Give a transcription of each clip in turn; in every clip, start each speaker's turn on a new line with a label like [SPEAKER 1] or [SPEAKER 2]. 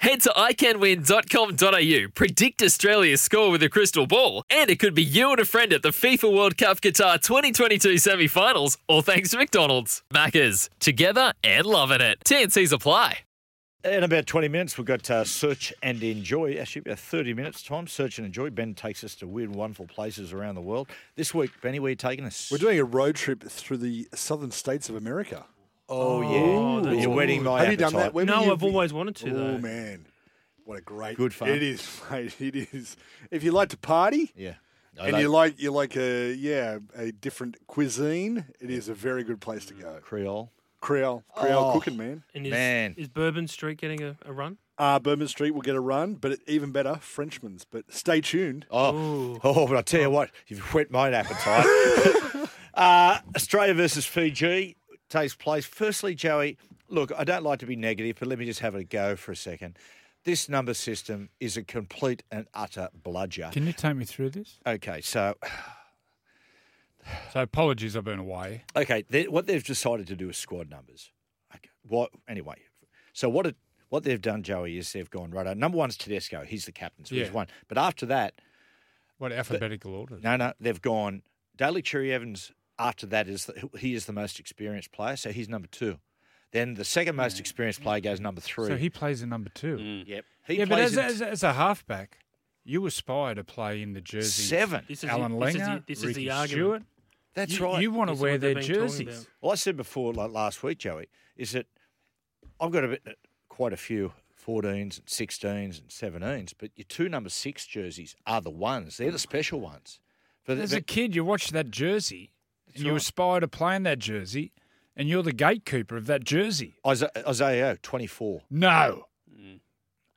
[SPEAKER 1] Head to iCanWin.com.au, predict Australia's score with a crystal ball, and it could be you and a friend at the FIFA World Cup Qatar 2022 semi finals, all thanks to McDonald's. Maccas, together and loving it. TNC's apply.
[SPEAKER 2] In about 20 minutes, we've got uh, Search and Enjoy. Actually, about 30 minutes' time, Search and Enjoy. Ben takes us to weird and wonderful places around the world. This week, Benny, where are you taking us?
[SPEAKER 3] We're doing a road trip through the southern states of America.
[SPEAKER 2] oh, yeah. You're wetting my
[SPEAKER 3] Have
[SPEAKER 2] appetite.
[SPEAKER 3] you done that? When were
[SPEAKER 4] No,
[SPEAKER 3] you-
[SPEAKER 4] I've always wanted to,
[SPEAKER 3] Oh
[SPEAKER 4] though.
[SPEAKER 3] man, what a great
[SPEAKER 2] Good fun.
[SPEAKER 3] It is, mate. It is. If you like to party,
[SPEAKER 2] Yeah. I
[SPEAKER 3] and
[SPEAKER 2] like
[SPEAKER 3] you like you like a yeah a different cuisine, it is a very good place to go.
[SPEAKER 2] Creole.
[SPEAKER 3] Creole, Creole
[SPEAKER 2] Oh.
[SPEAKER 3] cooking, man.
[SPEAKER 4] And is,
[SPEAKER 2] Man.
[SPEAKER 4] is Bourbon Street getting a, a run?
[SPEAKER 3] Uh, Bourbon Street will get a run, but even better, Frenchman's. But stay tuned.
[SPEAKER 2] Oh,
[SPEAKER 4] Ooh.
[SPEAKER 2] oh, but I tell you what, you've whet my appetite. uh, Australia versus Fiji takes place. Firstly, Joey, look, I don't like to be negative, but let me just have a go for a second. This number system is a complete and utter bludger.
[SPEAKER 5] Can you take me through this?
[SPEAKER 2] Okay, so
[SPEAKER 5] So apologies, I've been away.
[SPEAKER 2] Okay, they, what they've decided to do is squad numbers. Okay, what anyway? So what it, what they've done, Joey, is they've gone right. uh, Number one's Tedesco. He's the captain, so he's
[SPEAKER 5] Yeah.
[SPEAKER 2] one. But after that,
[SPEAKER 5] What alphabetical order?
[SPEAKER 2] no, no, they've gone. Daly Cherry Evans. After that is the, he is the most experienced player, so he's number two. Then the second most experienced player goes number three.
[SPEAKER 5] So he plays the number two.
[SPEAKER 4] Mm.
[SPEAKER 2] yep, he
[SPEAKER 5] yeah, but
[SPEAKER 2] plays
[SPEAKER 5] as,
[SPEAKER 2] in
[SPEAKER 5] as, as a halfback, you aspire to play in the jersey.
[SPEAKER 2] seven.
[SPEAKER 4] This is
[SPEAKER 5] Alan
[SPEAKER 4] the,
[SPEAKER 5] Langer,
[SPEAKER 4] This is the, this is
[SPEAKER 5] Ricky
[SPEAKER 4] the argument.
[SPEAKER 5] Stewart.
[SPEAKER 2] That's
[SPEAKER 5] you,
[SPEAKER 2] right.
[SPEAKER 5] You want to
[SPEAKER 4] This is
[SPEAKER 5] wear
[SPEAKER 4] what they've
[SPEAKER 5] their
[SPEAKER 4] been talking
[SPEAKER 5] jerseys.
[SPEAKER 2] Well, I said before, like last week, Joey, is that I've got a bit, quite a few 14s and 16s and 17s, but your two number six jerseys are the ones. They're the special ones. For the,
[SPEAKER 5] As a kid, you watch that jersey, and you
[SPEAKER 2] right.
[SPEAKER 5] aspire to play in that jersey, and you're the gatekeeper of that jersey.
[SPEAKER 2] Isa- Isaiah, 24.
[SPEAKER 5] No,
[SPEAKER 4] Mm.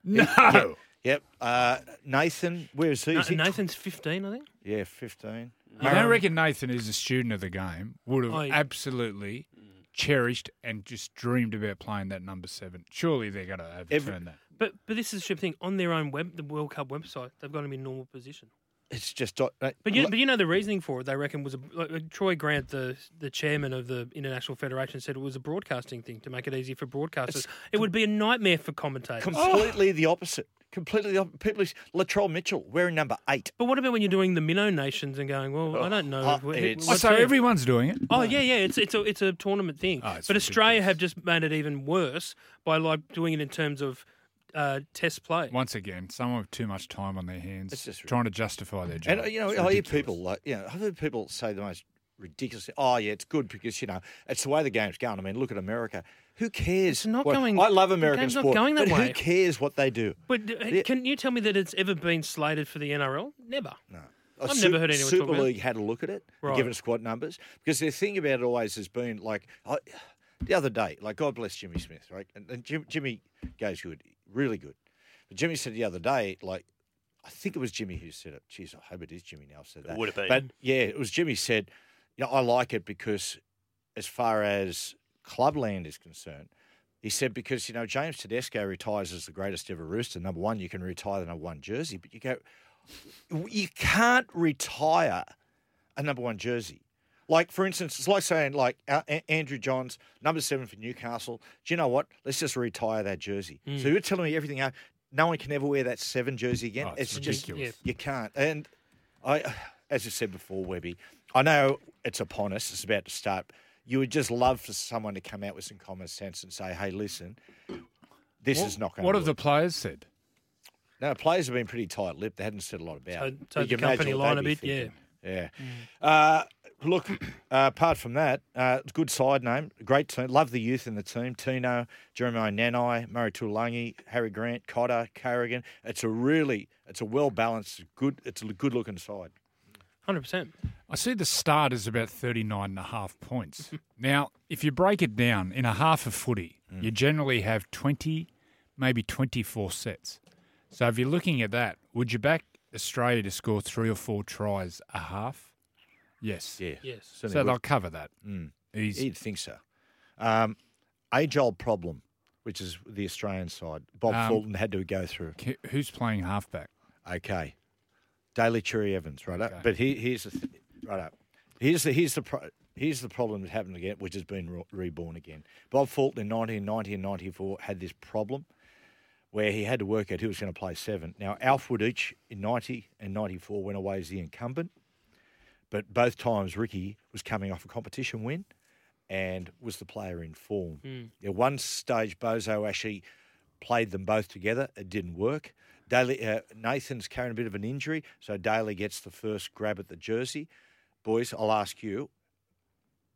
[SPEAKER 5] no.
[SPEAKER 2] Yep. Uh, Nathan, where is he?
[SPEAKER 4] Na-
[SPEAKER 2] Is he tw-
[SPEAKER 4] Nathan's 15, I think.
[SPEAKER 2] yeah, 15.
[SPEAKER 5] I don't reckon Nathan, as a student of the game, would have
[SPEAKER 4] I-
[SPEAKER 5] absolutely cherished and just dreamed about playing that number seven. Surely they're going to overturn
[SPEAKER 2] Every-
[SPEAKER 5] that.
[SPEAKER 4] But but this is the shit thing. On their own web, the World Cup website, they've got him in normal position.
[SPEAKER 2] It's just. uh, But
[SPEAKER 4] But you, but you know the reasoning for it. They reckon was a, like, uh, Troy Grant, the the chairman of the International Federation, said it was a broadcasting thing to make it easy for broadcasters. it would be a nightmare for commentators.
[SPEAKER 2] completely the opposite. Completely the opposite. People, Latrell Mitchell wearing number eight.
[SPEAKER 4] but what about when you're doing the minnow nations and going, well, I don't know.
[SPEAKER 2] Oh,
[SPEAKER 4] wh- wh-
[SPEAKER 2] it's-
[SPEAKER 5] Oh,
[SPEAKER 4] what's
[SPEAKER 5] so
[SPEAKER 4] fair?
[SPEAKER 5] everyone's doing it.
[SPEAKER 4] Oh yeah, yeah. It's it's a it's a tournament thing.
[SPEAKER 5] Oh, it's
[SPEAKER 4] but Australia have just made it even worse by like doing it in terms of uh, test play.
[SPEAKER 5] Once again, someone with too much time on their hands,
[SPEAKER 2] It's just
[SPEAKER 5] trying to justify their job.
[SPEAKER 2] And uh, you know,
[SPEAKER 5] It's
[SPEAKER 2] I hear
[SPEAKER 5] ridiculous.
[SPEAKER 2] people like you know, I've heard people say the most ridiculous. Oh yeah, it's good because you know it's the way the game's going. I mean, look at America. Who cares?
[SPEAKER 4] It's not
[SPEAKER 2] what-
[SPEAKER 4] going-
[SPEAKER 2] I love
[SPEAKER 4] the
[SPEAKER 2] American
[SPEAKER 4] game's not
[SPEAKER 2] sport,
[SPEAKER 4] going that
[SPEAKER 2] but
[SPEAKER 4] way.
[SPEAKER 2] who cares what they do?
[SPEAKER 4] But uh,
[SPEAKER 2] Yeah.
[SPEAKER 4] can you tell me that it's ever been slated for the NRL? Never.
[SPEAKER 2] No,
[SPEAKER 4] I've
[SPEAKER 2] A
[SPEAKER 4] never
[SPEAKER 2] Sup-
[SPEAKER 4] heard anyone
[SPEAKER 2] Super
[SPEAKER 4] talk about it.
[SPEAKER 2] League had a look at it,
[SPEAKER 4] Right.
[SPEAKER 2] given squad numbers, because their thing about it always has been like I, the other day. Like God bless Jimmy Smith, right? And, and Jim, Jimmy goes good, really good. But Jimmy said the other day, like I think it was Jimmy who said it. Jeez, I hope it is Jimmy now said that.
[SPEAKER 6] would have been.
[SPEAKER 2] But yeah, it was Jimmy said, you know, I like it because as far as clubland is concerned, he said because, you know, James Tedesco retires as the greatest ever rooster. Number one, you can retire the number one jersey, but you go you can't retire a number one jersey. Like, for instance, it's like saying, like, uh, A- Andrew Johns, number seven for Newcastle. Do you know what? Let's just retire that jersey.
[SPEAKER 5] Hmm.
[SPEAKER 2] So you're telling me everything, uh, no one can ever wear that seven jersey again?
[SPEAKER 5] Oh, it's ridiculous.
[SPEAKER 2] Just, you can't. And I, as you said before, Webby, I know it's upon us, it's about to start. You would just love for someone to come out with some common sense and say, hey, listen, this is not going
[SPEAKER 5] What
[SPEAKER 2] to
[SPEAKER 5] have the players said?
[SPEAKER 2] no, players have been pretty tight-lipped. They hadn't said a lot about. it.
[SPEAKER 4] Towed- towed
[SPEAKER 2] You can
[SPEAKER 4] the company
[SPEAKER 2] imagine what
[SPEAKER 4] line
[SPEAKER 2] they'd
[SPEAKER 4] a
[SPEAKER 2] be
[SPEAKER 4] bit, yeah. Mm.
[SPEAKER 2] thinking. Yeah. Uh, look, uh, apart from that, uh, it's a good side name, great team. Love the youth in the team. Tino, Jeremiah Nanai, Murray Tulangi, Harry Grant, Cotter, Carrigan. It's a really, it's a well-balanced, good, it's a good-looking side.
[SPEAKER 4] Hundred percent.
[SPEAKER 5] I see the start is about 39 and a half points. now, if you break it down in a half of footy,
[SPEAKER 2] Mm.
[SPEAKER 5] you generally have 20, maybe 24 sets. So if you're looking at that, would you back Australia to score three or four tries a half? Yes.
[SPEAKER 2] Yeah.
[SPEAKER 4] Yes.
[SPEAKER 2] Certainly
[SPEAKER 5] So
[SPEAKER 2] would. Mm.
[SPEAKER 5] they'll cover that. Easy.
[SPEAKER 2] You'd think so. Um, age old problem, which is the Australian side. Bob
[SPEAKER 5] Um,
[SPEAKER 2] Fulton had to go through.
[SPEAKER 5] K- Who's playing halfback?
[SPEAKER 2] Okay. Daily Cherry Evans, right up. But he, here's the th- right up. Here's the here's the pro- here's the problem that happened again, which has been re- reborn again. Bob Fulton in 1990 and 94 had this problem where he had to work out who was going to play seven. Now Alf Woodich in 90 and 94 went away as the incumbent, but both times Ricky was coming off a competition win and was the player in form. At one stage, Bozo actually played them both together. It didn't work. Daly, uh, Nathan's carrying a bit of an injury, so Daly gets the first grab at the jersey. Boys, I'll ask you: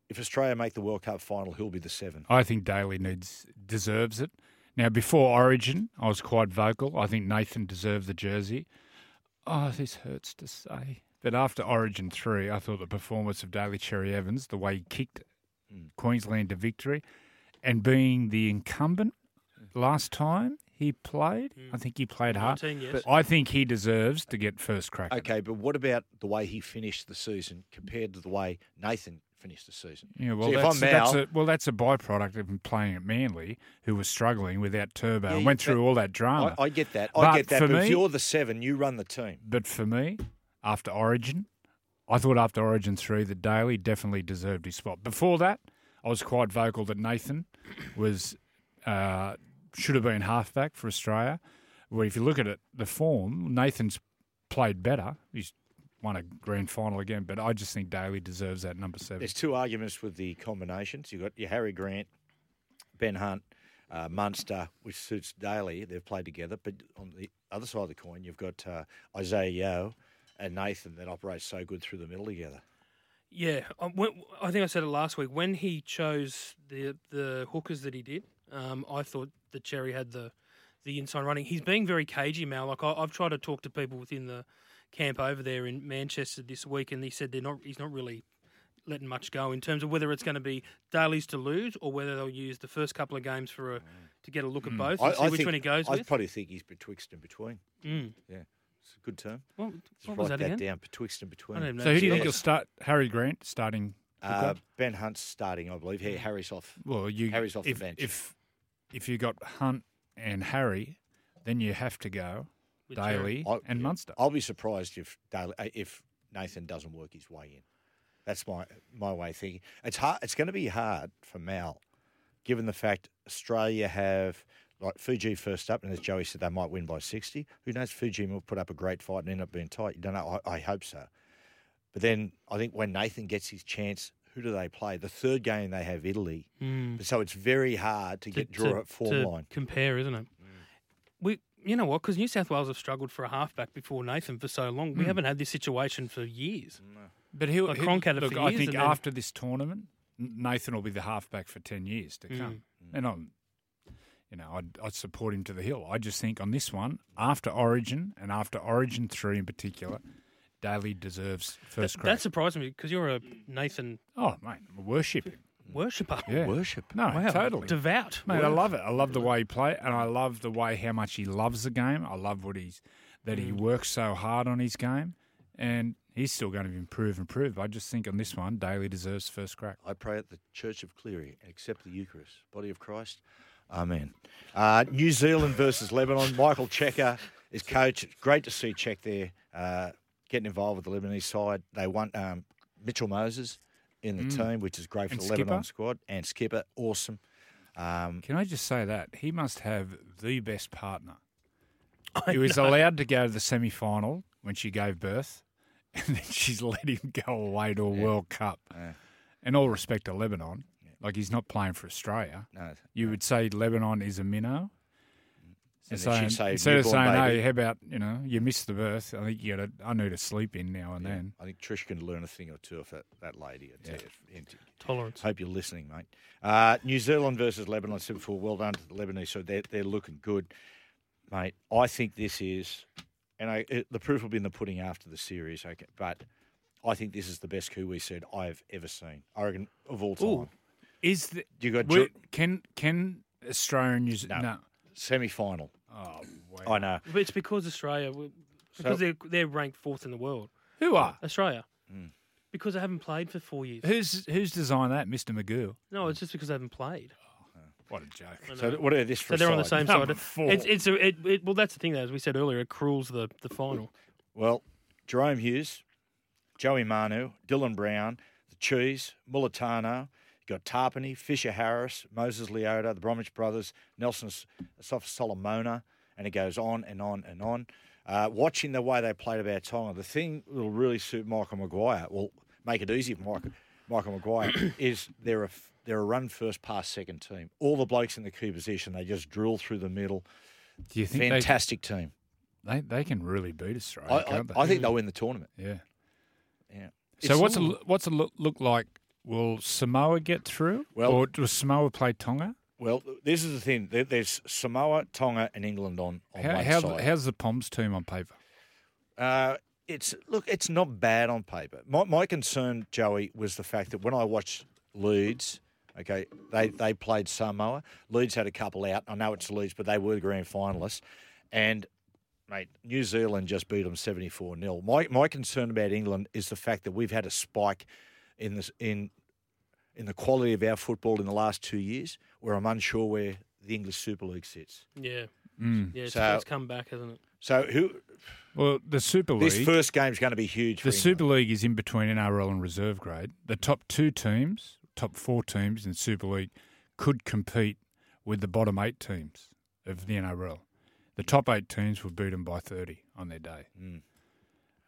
[SPEAKER 2] if Australia make the World Cup final, who'll be the seven?
[SPEAKER 5] I think Daly needs deserves it. Now, before Origin, I was quite vocal. I think Nathan deserved the jersey. Oh, this hurts to say. But after Origin 3, I thought the performance of Daly Cherry Evans, the way he kicked
[SPEAKER 2] Mm.
[SPEAKER 5] Queensland to victory, and being the incumbent last time he played, I think he played hard.
[SPEAKER 4] 19, yes.
[SPEAKER 5] I think he deserves to get first crack. at it.
[SPEAKER 2] Okay, but what about the way he finished the season compared to the way Nathan finished the season?
[SPEAKER 5] Yeah, well,
[SPEAKER 2] See, if
[SPEAKER 5] that's,
[SPEAKER 2] I'm
[SPEAKER 5] that's
[SPEAKER 2] Mal-
[SPEAKER 5] a, well, that's a byproduct of him playing at Manly, who was struggling without Turbo
[SPEAKER 2] Yeah,
[SPEAKER 5] and
[SPEAKER 2] yeah,
[SPEAKER 5] went
[SPEAKER 2] but
[SPEAKER 5] through all that
[SPEAKER 4] Ah.
[SPEAKER 5] drama.
[SPEAKER 2] I, I get that. I
[SPEAKER 5] But
[SPEAKER 2] get that.
[SPEAKER 5] for
[SPEAKER 2] But if
[SPEAKER 5] me-
[SPEAKER 2] you're the seven, you run the team.
[SPEAKER 5] But for me, after Origin, I thought after Origin 3 that Daly definitely deserved his spot. Before that, I was quite vocal that Nathan was uh, should have been halfback for Australia. Where if you look at it, the form, Nathan's played better. He's won a grand final again, but I just think Daly deserves that number seven.
[SPEAKER 2] There's two arguments with the combinations. You've got your Harry Grant, Ben Hunt, uh, Munster, which suits Daly. They've played together. But on the other side of the coin, you've got uh, Isaiah Yeo and Nathan that operate so good through the middle together.
[SPEAKER 4] Yeah, I, when, I think I said it last week. When he chose the the hookers that he did, um, I thought that Cherry had the the inside running. He's being very cagey, Mal. Like I, I've tried to talk to people within the camp over there in Manchester this week, and he said they're not. He's not really letting much go in terms of whether it's going to be dailies to lose or whether they'll use the first couple of games for a to get a look at both and see which
[SPEAKER 2] think-
[SPEAKER 4] one he goes
[SPEAKER 2] Mm. I
[SPEAKER 4] with.
[SPEAKER 2] probably think he's betwixt and between.
[SPEAKER 4] Mm.
[SPEAKER 2] Yeah, it's a good term.
[SPEAKER 4] What,
[SPEAKER 2] Just
[SPEAKER 4] what
[SPEAKER 2] write
[SPEAKER 4] was that, again?
[SPEAKER 2] down, betwixt and between.
[SPEAKER 4] I don't even know.
[SPEAKER 5] so who do you think
[SPEAKER 2] Yes.
[SPEAKER 5] will start? Harry Grant starting.
[SPEAKER 2] Uh, ben Hunt's starting, I believe. Here, Harry's off.
[SPEAKER 5] Well, you
[SPEAKER 2] Harry's off the
[SPEAKER 5] if,
[SPEAKER 2] bench.
[SPEAKER 5] If if you got Hunt and Harry, then you have to go
[SPEAKER 4] With Cherry.
[SPEAKER 5] Daly
[SPEAKER 2] I-
[SPEAKER 5] and
[SPEAKER 2] yeah.
[SPEAKER 5] Munster.
[SPEAKER 2] I'll be surprised if Daly, uh, if Nathan doesn't work his way in. That's my my way of thinking. It's hard. It's going to be hard for Mal, given the fact Australia have like Fiji first up, and as Joey said, they might win by sixty. Who knows? Fiji will put up a great fight and end up being tight. You don't know. I, I hope so. But then I think when Nathan gets his chance, who do they play? The third game they have Italy, so it's very hard to, get draw at Mm. form
[SPEAKER 4] to
[SPEAKER 2] line.
[SPEAKER 4] Compare, isn't it? We, you know what? Because New South Wales have struggled for a halfback before Nathan for so long. We
[SPEAKER 2] Mm.
[SPEAKER 4] haven't had this situation for years.
[SPEAKER 5] But he'll,
[SPEAKER 4] Like
[SPEAKER 5] he'll-
[SPEAKER 4] Cronk had it
[SPEAKER 5] look.
[SPEAKER 4] for
[SPEAKER 5] I
[SPEAKER 4] years
[SPEAKER 5] think
[SPEAKER 4] and then-
[SPEAKER 5] after this tournament, N- Nathan will be the halfback for ten years
[SPEAKER 4] Mm.
[SPEAKER 5] to come, and I'm, you know, I'd, I'd support him to the hill. I just think on this one, after Origin and after Origin three in particular, Daly deserves first
[SPEAKER 4] That,
[SPEAKER 5] crack.
[SPEAKER 4] that surprised me because you're a Nathan
[SPEAKER 2] Mm.
[SPEAKER 5] oh mate, I worship him.
[SPEAKER 4] worshipper.
[SPEAKER 5] Yeah, worship. No,
[SPEAKER 4] Wow,
[SPEAKER 5] totally.
[SPEAKER 4] devout.
[SPEAKER 5] Mate, I love it. I love the way he play, and I love the way how much he loves the game. I love what he's that
[SPEAKER 2] Mm.
[SPEAKER 5] he works so hard on his game, and he's still going to improve, improve. I just think on this one, Daly deserves first crack.
[SPEAKER 2] I pray at the Church of Cleary and accept the Eucharist, body of Christ. Amen. Uh, New Zealand versus Lebanon. Michael Checker is coach. It's Great to see Check there uh, getting involved with the Lebanese side. They want um, Mitchell Moses in the team, which is great for
[SPEAKER 5] Mm. And
[SPEAKER 2] the Lebanon
[SPEAKER 5] skipper.
[SPEAKER 2] squad. And skipper, awesome. Um,
[SPEAKER 5] Can I just say that he must have the best partner? he was allowed to go to the semi-final when she gave birth, and then she's let him go away to a World Cup. And all respect to Lebanon, like he's not playing for Australia.
[SPEAKER 2] no,
[SPEAKER 5] You would say Lebanon is a minnow. So
[SPEAKER 2] And then she'd say
[SPEAKER 5] instead of
[SPEAKER 2] newborn
[SPEAKER 5] saying, "Oh,
[SPEAKER 2] baby.
[SPEAKER 5] "Hey, how about you know you missed the birth?" I think you got I know to sleep in now and then.
[SPEAKER 2] I think Trish can learn a thing or two of that, that lady. I tell you. And-
[SPEAKER 4] Tolerance.
[SPEAKER 2] Hope you're listening, mate. Uh, New Zealand versus Lebanon. I said before, well done to the Lebanese. So they're, they're looking good, mate. I think this is, and I, it, the proof will be in the pudding after the series. Okay, but I think this is the best Kiwi said I've ever seen. I reckon of all time.
[SPEAKER 5] Ooh. Is the,
[SPEAKER 2] You got
[SPEAKER 5] we-
[SPEAKER 2] Ju-
[SPEAKER 5] can can Australian New Zealand?
[SPEAKER 2] No. semi final.
[SPEAKER 5] Oh, wow.
[SPEAKER 2] I know.
[SPEAKER 4] But it's because Australia, we- because they're, they're ranked fourth in the world.
[SPEAKER 5] Who are?
[SPEAKER 4] Australia.
[SPEAKER 2] Mm.
[SPEAKER 4] Because they haven't played for four years.
[SPEAKER 5] Who's who's designed that, Mister McGill?
[SPEAKER 4] No, it's just because they haven't played.
[SPEAKER 5] What a joke!
[SPEAKER 2] So what are this for?
[SPEAKER 4] So they're on the
[SPEAKER 2] side?
[SPEAKER 4] same
[SPEAKER 5] Number
[SPEAKER 4] side.
[SPEAKER 5] four.
[SPEAKER 4] It's, it's a, it, it, well, that's the thing, though, as we said earlier, it cruels the, the final.
[SPEAKER 2] Well, Jerome Hughes, Joey Manu, Dylan Brown, the Cheese, Mulatano. You got Tarpany, Fisher Harris, Moses Leota, the Bromwich Brothers, Nelson S- Solomona, and it goes on and on and on. Uh, watching the way they played about Tonga, the thing that'll really suit Michael Maguire, will make it easy for Michael, Michael Maguire, is they're a, f- they're a run first, pass second team. All the blokes in the key position, they just drill through the middle.
[SPEAKER 5] Do you think they-
[SPEAKER 2] Fantastic team.
[SPEAKER 5] They, they can really beat Australia,
[SPEAKER 2] I, I,
[SPEAKER 5] can't they?
[SPEAKER 2] I think they'll win the tournament.
[SPEAKER 5] Yeah.
[SPEAKER 2] Yeah.
[SPEAKER 5] So
[SPEAKER 2] It's-
[SPEAKER 5] what's a, lo- what's a look, look like? Will Samoa get through?
[SPEAKER 2] Well-
[SPEAKER 5] or does Samoa play Tonga?
[SPEAKER 2] Well, this is the thing. There- There's Samoa, Tonga, and England on on
[SPEAKER 5] How,
[SPEAKER 2] one
[SPEAKER 5] how,
[SPEAKER 2] side.
[SPEAKER 5] how's the Poms team on paper?
[SPEAKER 2] uh, it's look, it's not bad on paper. My, my concern, Joey, was the fact that when I watched Leeds, okay, they they played Samoa. Leeds had a couple out. I know it's Leeds, but they were the grand finalists, and. Mate, New Zealand just beat them 74 0. My, my concern about England is the fact that we've had a spike in this in in the quality of our football in the last two years where I'm unsure where the English Super League sits.
[SPEAKER 4] Yeah. Yeah,
[SPEAKER 2] Mm.
[SPEAKER 4] it's,
[SPEAKER 2] So-
[SPEAKER 4] it's come back, hasn't it?
[SPEAKER 2] So who
[SPEAKER 5] Well, the Super League.
[SPEAKER 2] this first game's going to be huge for
[SPEAKER 5] the Super
[SPEAKER 2] England.
[SPEAKER 5] League is in between NRL and reserve grade. The top two teams, top four teams in Super League, could compete with the bottom eight teams of the NRL. The top eight teams were beaten by 30 on their day.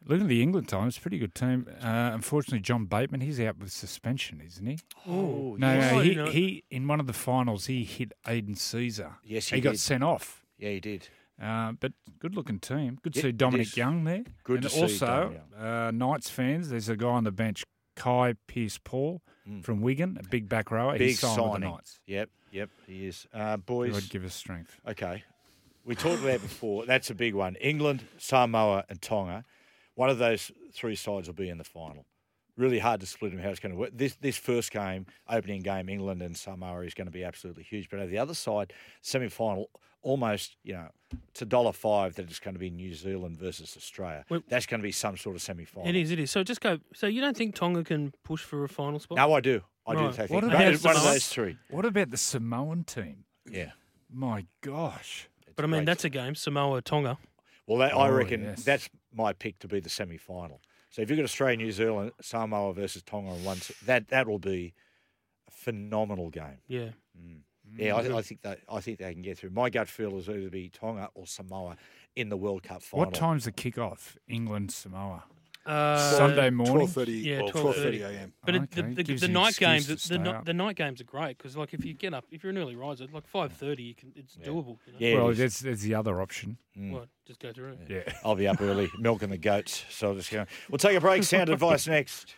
[SPEAKER 5] Looking at the England time, it's a pretty good team. Uh, unfortunately, John Bateman, he's out with suspension, isn't he?
[SPEAKER 4] Oh,
[SPEAKER 5] No,
[SPEAKER 4] yes.
[SPEAKER 5] no,
[SPEAKER 4] Oh,
[SPEAKER 5] he,
[SPEAKER 4] you know-
[SPEAKER 5] he in one of the finals he hit Aiden Caesar.
[SPEAKER 2] Yes,
[SPEAKER 5] he,
[SPEAKER 2] he
[SPEAKER 5] got
[SPEAKER 2] did.
[SPEAKER 5] sent off.
[SPEAKER 2] Yeah, he did.
[SPEAKER 5] Uh, but good looking team. Good to
[SPEAKER 2] Yeah,
[SPEAKER 5] see
[SPEAKER 2] it
[SPEAKER 5] Dominic
[SPEAKER 2] is.
[SPEAKER 5] Young there.
[SPEAKER 2] Good
[SPEAKER 5] and
[SPEAKER 2] to see
[SPEAKER 5] also,
[SPEAKER 2] Dom
[SPEAKER 5] uh, Knights fans. There's a guy on the bench, Kai Pierce Paul from Wigan, a big back rower.
[SPEAKER 2] Mm. Big
[SPEAKER 5] He's signed with the
[SPEAKER 2] signing.
[SPEAKER 5] Knights.
[SPEAKER 2] Yep, yep, he is. Uh,
[SPEAKER 5] He
[SPEAKER 2] boys,
[SPEAKER 5] would give us strength.
[SPEAKER 2] okay. We talked about it before. That's a big one. England, Samoa, and Tonga. One of those three sides will be in the final. Really hard to split them how it's going to work. This this first game, opening game, England and Samoa is going to be absolutely huge. But on the other side, semi final, almost you know, it's a dollar five that it's going to be New Zealand versus Australia.
[SPEAKER 4] Well-
[SPEAKER 2] That's going to be some sort of semi final.
[SPEAKER 4] It is, it is. So just go. So you don't think Tonga can push for a final spot?
[SPEAKER 2] No, I do. I
[SPEAKER 4] Right.
[SPEAKER 2] do take
[SPEAKER 5] What
[SPEAKER 2] it. One of-
[SPEAKER 5] about
[SPEAKER 2] one of
[SPEAKER 4] Samoa?
[SPEAKER 2] those three.
[SPEAKER 5] What about the Samoan team?
[SPEAKER 2] Yeah.
[SPEAKER 5] My gosh.
[SPEAKER 4] But I mean,
[SPEAKER 2] Great.
[SPEAKER 4] that's a game, Samoa, Tonga.
[SPEAKER 2] Well, that, I
[SPEAKER 5] Oh,
[SPEAKER 2] reckon
[SPEAKER 5] yes.
[SPEAKER 2] that's my pick to be the semi final. So if you've got Australia, New Zealand, Samoa versus Tonga on one, s- that that will be a phenomenal game.
[SPEAKER 4] Yeah.
[SPEAKER 2] Yeah,
[SPEAKER 5] Mm-hmm.
[SPEAKER 2] I, I think that I think they can get through. My gut feel is either be Tonga or Samoa in the World Cup final.
[SPEAKER 5] What time's the kickoff? England Samoa
[SPEAKER 4] Uh,
[SPEAKER 5] Sunday morning.
[SPEAKER 3] Twelve thirty.
[SPEAKER 4] yeah, 12:30.
[SPEAKER 3] 12:30 a.m.
[SPEAKER 4] But
[SPEAKER 5] Okay,
[SPEAKER 4] it, the, the,
[SPEAKER 5] gives
[SPEAKER 4] the
[SPEAKER 5] you
[SPEAKER 4] night
[SPEAKER 5] excuse
[SPEAKER 4] games,
[SPEAKER 5] to
[SPEAKER 4] the,
[SPEAKER 5] stay
[SPEAKER 4] ni-
[SPEAKER 5] up.
[SPEAKER 4] the night games are great because, like, if you get up, if you're an early riser, like five thirty, you can, it's doable. You know?
[SPEAKER 2] Yeah, it
[SPEAKER 5] well,
[SPEAKER 2] is.
[SPEAKER 5] there's, there's the other option.
[SPEAKER 4] Well, just go through.
[SPEAKER 5] Yeah.
[SPEAKER 2] I'll be up early milking the goats. So I'll just go. We'll take a break. Sound advice next.